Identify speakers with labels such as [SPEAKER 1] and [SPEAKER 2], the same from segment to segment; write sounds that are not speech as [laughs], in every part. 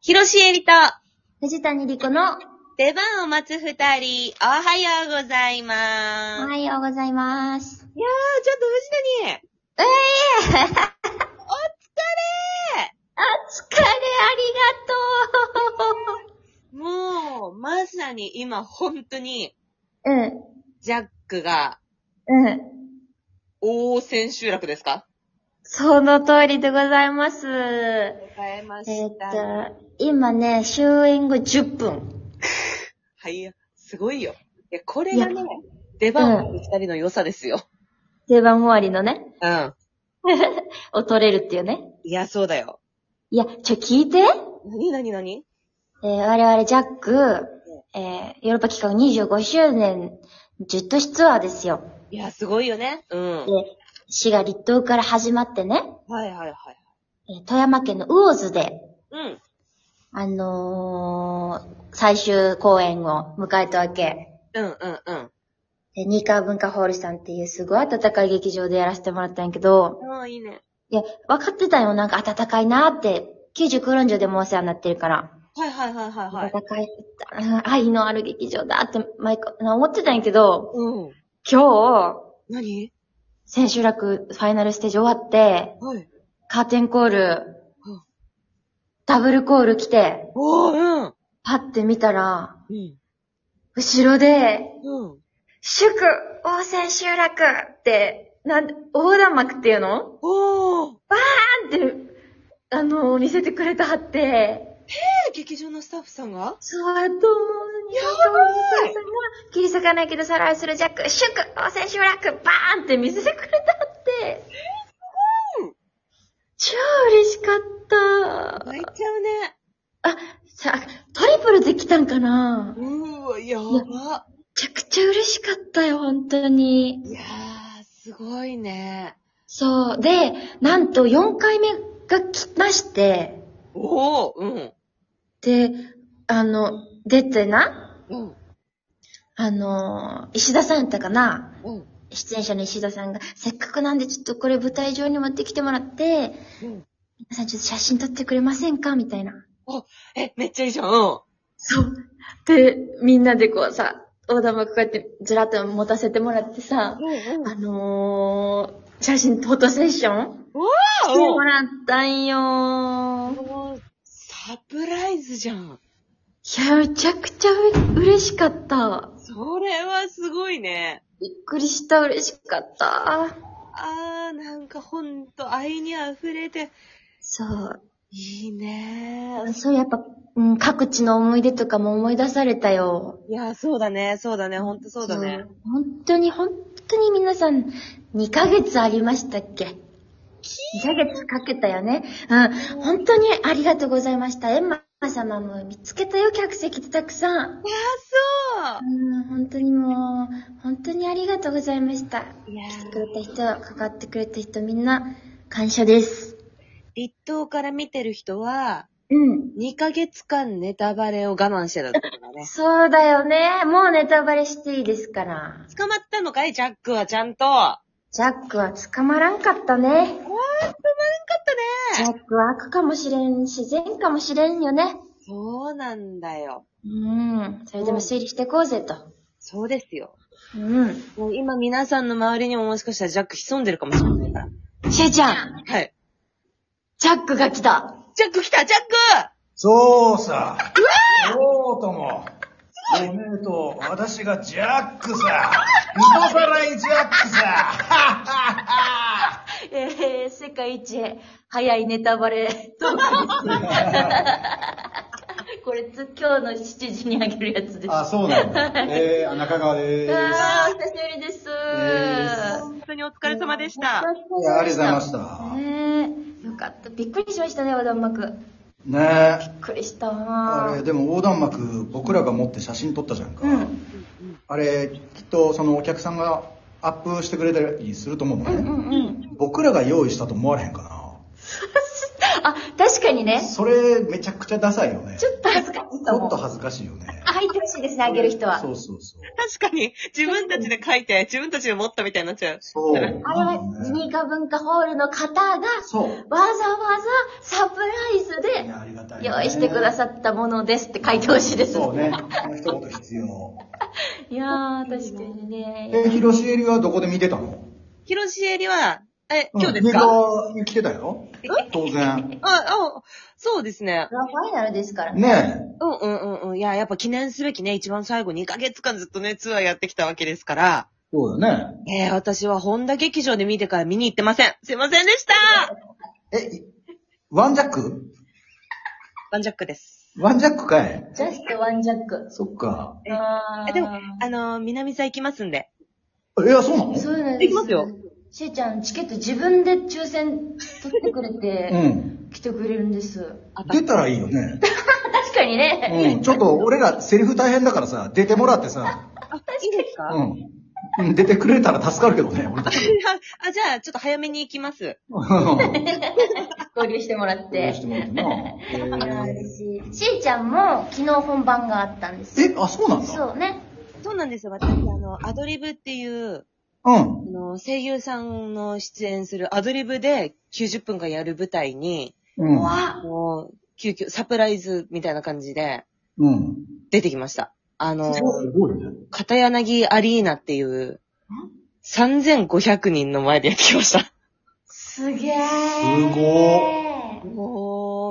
[SPEAKER 1] 広ロえりと、
[SPEAKER 2] 藤谷莉子の、
[SPEAKER 1] 出番を待つ二人、おはようござい
[SPEAKER 2] お
[SPEAKER 1] ます。いやー、ちょっと
[SPEAKER 2] はようございま
[SPEAKER 1] 藤
[SPEAKER 2] す。
[SPEAKER 1] 谷、
[SPEAKER 2] ええあ、疲れありが
[SPEAKER 1] もう、まさに今、本当に、
[SPEAKER 2] とう
[SPEAKER 1] ジャックが、
[SPEAKER 2] うん、うん。
[SPEAKER 1] 大千秋楽ですか
[SPEAKER 2] その通りでございます。え
[SPEAKER 1] 迎えま
[SPEAKER 2] ー
[SPEAKER 1] し。
[SPEAKER 2] ったと、今ね、終演後10分。
[SPEAKER 1] はい、すごいよ。いや、これが
[SPEAKER 2] い
[SPEAKER 1] ね
[SPEAKER 2] や、
[SPEAKER 1] 出番を待つ二人の良さですよ。
[SPEAKER 2] 定番終わりのね、
[SPEAKER 1] うん。
[SPEAKER 2] を取れるっていうね。
[SPEAKER 1] いや、そうだよ。
[SPEAKER 2] いや、ちょ、聞いて。
[SPEAKER 1] なになになに
[SPEAKER 2] えー我々ジャック、えーヨーロッパ期間25周年、ジェットシツアーですよ。
[SPEAKER 1] いや、すごいよね。うん。
[SPEAKER 2] で、市が立冬から始まってね、
[SPEAKER 1] はいはいはい。
[SPEAKER 2] えー富山県の魚津で、
[SPEAKER 1] うん。
[SPEAKER 2] あのー最終公演を迎えたわけ。
[SPEAKER 1] うんうんうん。
[SPEAKER 2] で、ニーカー文化ホールさんっていうすごい温かい劇場でやらせてもらったんやけど、
[SPEAKER 1] ああ、いいね。
[SPEAKER 2] いや、分かってたよ、なんか温かいなって。90クロンジュでもお世話になってるから。
[SPEAKER 1] はいはいはいはいはい。
[SPEAKER 2] 温かい、うん愛のある劇場だって、毎回、な思ってたんやけど、
[SPEAKER 1] うん。
[SPEAKER 2] 今日、
[SPEAKER 1] 何
[SPEAKER 2] 千秋楽ファイナルステージ終わって、
[SPEAKER 1] はい。
[SPEAKER 2] カーテンコール、ダブルコール来て、
[SPEAKER 1] おー、
[SPEAKER 2] パッて見たら、
[SPEAKER 1] うん。うん。
[SPEAKER 2] 後ろで、
[SPEAKER 1] うん。
[SPEAKER 2] 祝、応戦集落って、なん、横断幕っていうの
[SPEAKER 1] おー。
[SPEAKER 2] なんて、あの見せてくれたはって、
[SPEAKER 1] 劇場のスタッフさんが
[SPEAKER 2] そうだと思う。やばいさんが、切り裂かないけどさら愛するジャック、祝、応戦集落、バーンって見せてくれたはって。超嬉しかった。
[SPEAKER 1] 泣いちゃうね。
[SPEAKER 2] さ、トリプルできたんかなめ
[SPEAKER 1] うーわ、やば。
[SPEAKER 2] ちゃくちゃ嬉しかったよ、本当に。
[SPEAKER 1] いやー、すごいね。
[SPEAKER 2] そう。で、なんと4回目が来まして、
[SPEAKER 1] おー、うん。
[SPEAKER 2] で、あの、出てな、
[SPEAKER 1] うん。
[SPEAKER 2] あの、石田さんやったかな
[SPEAKER 1] うん。
[SPEAKER 2] 出演者の石田さんが、せっかくなんでちょっとこれ舞台上に持ってきてもらって、
[SPEAKER 1] うん。
[SPEAKER 2] 皆さんちょっと写真撮ってくれませんかみたいな。
[SPEAKER 1] え、めっちゃいいじゃん。うん。
[SPEAKER 2] そう。で、みんなでこうさ、大玉こうやってずらっと持たせてもらってさ、
[SPEAKER 1] うん
[SPEAKER 2] あのー、写真、フォトセッションしてもらったんよー。
[SPEAKER 1] うん。サプライズじゃん。
[SPEAKER 2] いや、めちゃくちゃう嬉しかった。
[SPEAKER 1] それはすごいね。
[SPEAKER 2] びっくりした、嬉しかった。
[SPEAKER 1] あー、なんかほんと愛に溢れて、
[SPEAKER 2] そう。
[SPEAKER 1] いいね
[SPEAKER 2] そう、やっぱ、うん、各地の思い出とかも思い出されたよ。
[SPEAKER 1] いやー、そうだね、そうだね、ほんとそうだね。。
[SPEAKER 2] 本当に、本当に皆さん、2ヶ月ありましたっけ ?2 ヶ月かけたよね。うん、本当にありがとうございました。エンマ様も見つけたよ、客席でたくさん。
[SPEAKER 1] あ、
[SPEAKER 2] うん、本当にもう、本当にありがとうございました。
[SPEAKER 1] そういや
[SPEAKER 2] 来て
[SPEAKER 1] ー
[SPEAKER 2] くれた人、関わってくれた人、みんな、感謝です。
[SPEAKER 1] 立冬から見てる人は、
[SPEAKER 2] うん。。
[SPEAKER 1] 2ヶ月間ネタバレを我慢してたってことだね
[SPEAKER 2] そうだよね。もうネタバレしていいですから。
[SPEAKER 1] 捕まったのかいジャックはちゃんと。あ
[SPEAKER 2] ジャックは捕まらんかった
[SPEAKER 1] ー、
[SPEAKER 2] ね。
[SPEAKER 1] 捕まらんかっ
[SPEAKER 2] ジ
[SPEAKER 1] た
[SPEAKER 2] ャ
[SPEAKER 1] ね。
[SPEAKER 2] ックは悪かもしれんし、善かもしれんよね。
[SPEAKER 1] そうなんだよ。
[SPEAKER 2] うん。それでも推理してこうぜと。
[SPEAKER 1] そうですよ。
[SPEAKER 2] うん。
[SPEAKER 1] もう今皆さんの周りにももしかしたらジャック潜んでるかもしれないから。
[SPEAKER 2] しーちゃん、
[SPEAKER 1] はい。
[SPEAKER 2] ジャックが来た。
[SPEAKER 1] ジャック来たジャック
[SPEAKER 3] そうさ。どうとも。おめでとう。私がジャックさ。人さらいジャックさ。はっはっは
[SPEAKER 2] えー、世界一早いネタバレ。 [laughs] これ、今日の7時 [laughs] にあげるやつです。
[SPEAKER 4] あ、そうなんだ。 [laughs] えー、あ中川でーす。
[SPEAKER 2] あー、お久しぶりです。。
[SPEAKER 4] え
[SPEAKER 1] 本当にお疲れ様でした。
[SPEAKER 4] いやありがとうございましたた。
[SPEAKER 2] ねえ、よかった。びっくりしましたね、横断幕。びっ
[SPEAKER 4] ねえ。
[SPEAKER 2] くりした
[SPEAKER 4] あれ、
[SPEAKER 2] わ。
[SPEAKER 4] でも横断幕、僕らが持って写真撮ったじゃんか。
[SPEAKER 2] うん。
[SPEAKER 4] あれ、きっと、そのお客さんがアップしてくれたりすると思うのね。
[SPEAKER 2] うんうん。
[SPEAKER 4] 僕らが用意したと思われへんか
[SPEAKER 2] あ、確かに
[SPEAKER 4] な。
[SPEAKER 2] ね。
[SPEAKER 4] それ、めちゃくちゃダサいよね。
[SPEAKER 2] ちょっと恥ずかしい
[SPEAKER 4] ち
[SPEAKER 2] と
[SPEAKER 4] ょ
[SPEAKER 2] 思
[SPEAKER 4] っと
[SPEAKER 2] う。
[SPEAKER 4] 恥ずかしいよね。
[SPEAKER 2] 入ってほしいですね、あげる人は。
[SPEAKER 4] そうそうそう。
[SPEAKER 1] 確かに、自分たちで書いて、自分たちで持ったみたいになっちゃう。
[SPEAKER 4] そう。
[SPEAKER 1] あれ
[SPEAKER 2] あれは、
[SPEAKER 4] なんか
[SPEAKER 2] ジ
[SPEAKER 4] ね
[SPEAKER 2] ニカ文化ホールの方が、わ
[SPEAKER 4] そう。
[SPEAKER 2] ざわざサプライズ
[SPEAKER 4] い
[SPEAKER 2] で、
[SPEAKER 4] や、ありがたい。
[SPEAKER 2] 用意してくださったものですって書いてほしいです。
[SPEAKER 4] そうね。あの一言必要。
[SPEAKER 2] [laughs] いやー、確かにね。
[SPEAKER 4] え、広しえりはどこで見てたの
[SPEAKER 1] 広しえりは、え、今日で
[SPEAKER 4] うん
[SPEAKER 1] すか、あ、
[SPEAKER 4] 映画来てたよ。当然。
[SPEAKER 1] あ、そうですね。
[SPEAKER 2] ファイナルですから。
[SPEAKER 4] ね
[SPEAKER 1] うんうんうんうん。いや、やっぱ記念すべきね、一番最後2ヶ月間ずっとね、ツアーやってきたわけですから、
[SPEAKER 4] え。そうだよね。
[SPEAKER 1] えー、私は本田劇場で見てから見に行ってません。すいませんでした
[SPEAKER 4] え、いワンジャック
[SPEAKER 1] ワンジャックです。
[SPEAKER 4] ワンジャックかい
[SPEAKER 2] ジャストワンジャック。
[SPEAKER 4] そっか。
[SPEAKER 1] え
[SPEAKER 2] あー
[SPEAKER 1] えでも、あのー南座行きますんで。
[SPEAKER 4] いや、そうなの
[SPEAKER 2] そうなんです。
[SPEAKER 1] できますよ。
[SPEAKER 2] しーちゃん、チケット自分で抽選取ってくれ
[SPEAKER 4] う
[SPEAKER 2] て、
[SPEAKER 4] ん。
[SPEAKER 2] 来てくれるんです。
[SPEAKER 4] 出たらいいよ
[SPEAKER 2] [laughs]
[SPEAKER 4] ね。
[SPEAKER 2] 確かにね。
[SPEAKER 4] うん。ちょっと俺らセリフ大変だからさ、出てもらってさ。
[SPEAKER 1] いいですか、
[SPEAKER 4] う
[SPEAKER 1] あ
[SPEAKER 4] ん。うん出てくれたら助かるけどね、俺
[SPEAKER 2] [laughs]
[SPEAKER 4] たち。
[SPEAKER 1] あ、じゃあ、ちょっと早めに行きます。
[SPEAKER 4] うん。
[SPEAKER 2] 合流してもらっ
[SPEAKER 4] どう
[SPEAKER 2] て
[SPEAKER 4] し。てもら
[SPEAKER 2] [laughs]
[SPEAKER 4] ってな。え
[SPEAKER 2] しーちゃんも昨日本番があったんです。
[SPEAKER 4] ーえ、あ、そうなんだ。
[SPEAKER 2] そうね。
[SPEAKER 1] そうなんですよ。私、あの、アドリブっていう、
[SPEAKER 4] うん。
[SPEAKER 1] あの、声優さんの出演するアドリブで90分間やる舞台に、
[SPEAKER 4] うん。
[SPEAKER 2] わ
[SPEAKER 1] もう、急遽、サプライズみたいな感じで
[SPEAKER 4] うん。
[SPEAKER 1] 出てきました。あの、
[SPEAKER 4] すごいね。
[SPEAKER 1] 片柳アリーナっていう、3500人の前でやってきました。
[SPEAKER 2] すげえ。
[SPEAKER 4] すご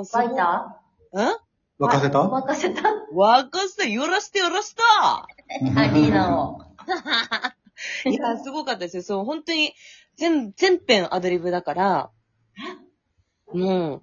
[SPEAKER 1] おー、す
[SPEAKER 2] バ
[SPEAKER 1] ごい
[SPEAKER 2] イタ
[SPEAKER 1] ん
[SPEAKER 4] 沸かせた
[SPEAKER 2] 沸かせた
[SPEAKER 1] 沸かして、よらして、よらした
[SPEAKER 2] アリーナを。
[SPEAKER 1] いや、すごかったですよ。そう、本当に、全、全編アドリブだから、もう、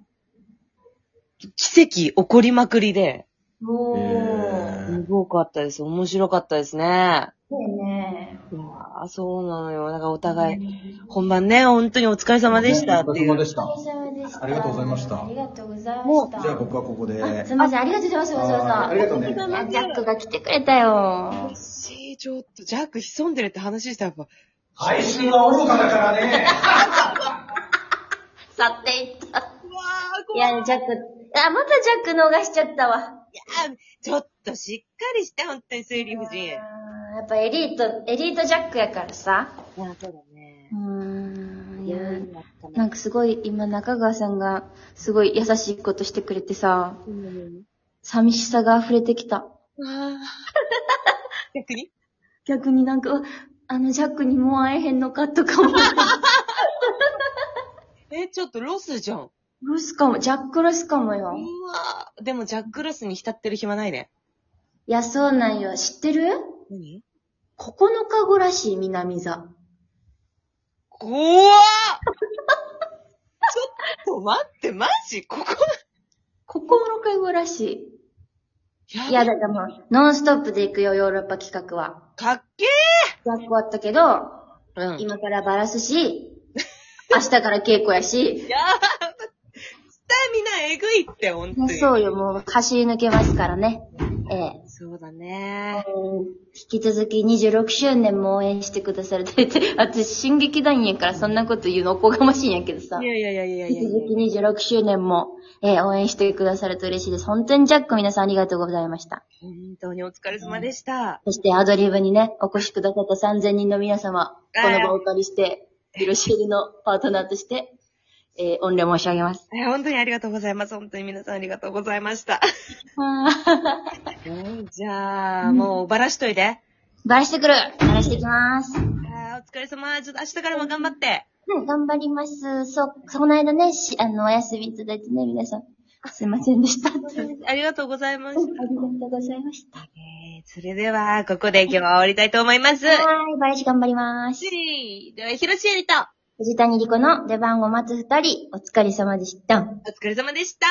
[SPEAKER 1] 奇跡起こりまくりで、
[SPEAKER 2] おー。
[SPEAKER 1] すごかったです。面白かったですね。
[SPEAKER 2] ね
[SPEAKER 1] うわーそうなのよ。なんかお互い、本番ね、本当にお疲れ様でしたってい
[SPEAKER 4] お疲れ様
[SPEAKER 1] う。
[SPEAKER 4] でした。
[SPEAKER 2] お疲れ様でした。
[SPEAKER 4] ありがとうございました
[SPEAKER 2] ありがとうございま
[SPEAKER 1] も
[SPEAKER 2] した。
[SPEAKER 4] じゃあ僕はここで。
[SPEAKER 2] あすいません、ありがとうございます、わざわざ。
[SPEAKER 4] ありがとうね。
[SPEAKER 2] いや、ジャックが来てくれたよ。
[SPEAKER 1] 成長とジャック潜んでるって話したらやっぱ、
[SPEAKER 4] 配信は愚かだからね。
[SPEAKER 2] 去っていった。
[SPEAKER 1] うわー
[SPEAKER 2] い
[SPEAKER 1] 怖い
[SPEAKER 2] や、ジャック、あ、またジャック逃しちゃったわ。
[SPEAKER 1] ちょっとしっかりして、本当に推理夫人。い
[SPEAKER 2] あ
[SPEAKER 1] や、
[SPEAKER 2] ーやっぱエリート、エリートジャックやからさ。
[SPEAKER 1] そうだね
[SPEAKER 2] う。ーん、いや、
[SPEAKER 1] な
[SPEAKER 2] なんんかすごい、今中川さんが、すごい優しいことしてくれてさ、寂しさが溢れてきた。
[SPEAKER 1] あー逆に
[SPEAKER 2] 逆になんか、うわあのジャックにもう会えへんのかとか [laughs] も。
[SPEAKER 1] え、ちょっとロスじゃん。う
[SPEAKER 2] ロスかも、ジャックロスかもよ。
[SPEAKER 1] わーでもジャックロスに浸ってる暇ないね。
[SPEAKER 2] いや、そうなんよ。知ってる
[SPEAKER 1] 何
[SPEAKER 2] ?9 日後らしい、南座。
[SPEAKER 1] 怖っちょっと待って、マジここ
[SPEAKER 2] 9日後らしい。い
[SPEAKER 1] や
[SPEAKER 2] や、
[SPEAKER 1] ば
[SPEAKER 2] だからもう、ノンストップで行くよ、ヨーロッパ企画は。
[SPEAKER 1] かっけ
[SPEAKER 2] ジャック終わったけど、
[SPEAKER 1] ーうん。
[SPEAKER 2] 今からバラすし、明日から稽古やし、
[SPEAKER 1] やースタミナえぐいって、ほんと
[SPEAKER 2] ね
[SPEAKER 1] に。
[SPEAKER 2] そうよ、もう走り抜けますからね。ええ。
[SPEAKER 1] そうだね。
[SPEAKER 2] 引き続き26周年も応援してくださるって言って、 [laughs] 私、進撃団員やからそんなこと言うのおこがましいんやけどさ
[SPEAKER 1] い。やいやいやいやいや
[SPEAKER 2] 引
[SPEAKER 1] い
[SPEAKER 2] き
[SPEAKER 1] や
[SPEAKER 2] 続き26周年も、えー応援してくださると嬉しいです。本当にジャック皆さんありがとうございました。
[SPEAKER 1] 本当にお疲れ様でした。
[SPEAKER 2] そしてアドリブにね、お越しくださった3000人の皆様、
[SPEAKER 1] あー
[SPEAKER 2] この場をお借りして、ヒロシエルのパートナーとして、えー御礼申し上げます。
[SPEAKER 1] え本当にありがとうございます。本当に皆さんありがとうございました。じゃあ、もうバラしといて。
[SPEAKER 2] [laughs] バラしてくるバラしてきます。
[SPEAKER 1] あーお疲れ様。ちょっと明日からも頑張って。
[SPEAKER 2] はい、頑張ります。そう、この間ね、し、あの、お休みいただいてね、皆さん。すいませんでした。ありがとう
[SPEAKER 1] ありがとうございました。
[SPEAKER 2] ございました。は
[SPEAKER 1] えー、それでは、ここで今日は終わりたいと思います。
[SPEAKER 2] い、バラシ頑張ります。
[SPEAKER 1] では、広ロシエリと、
[SPEAKER 2] 藤谷莉子の出番を待つ二人、お疲れ様でした。
[SPEAKER 1] お疲れ様でした。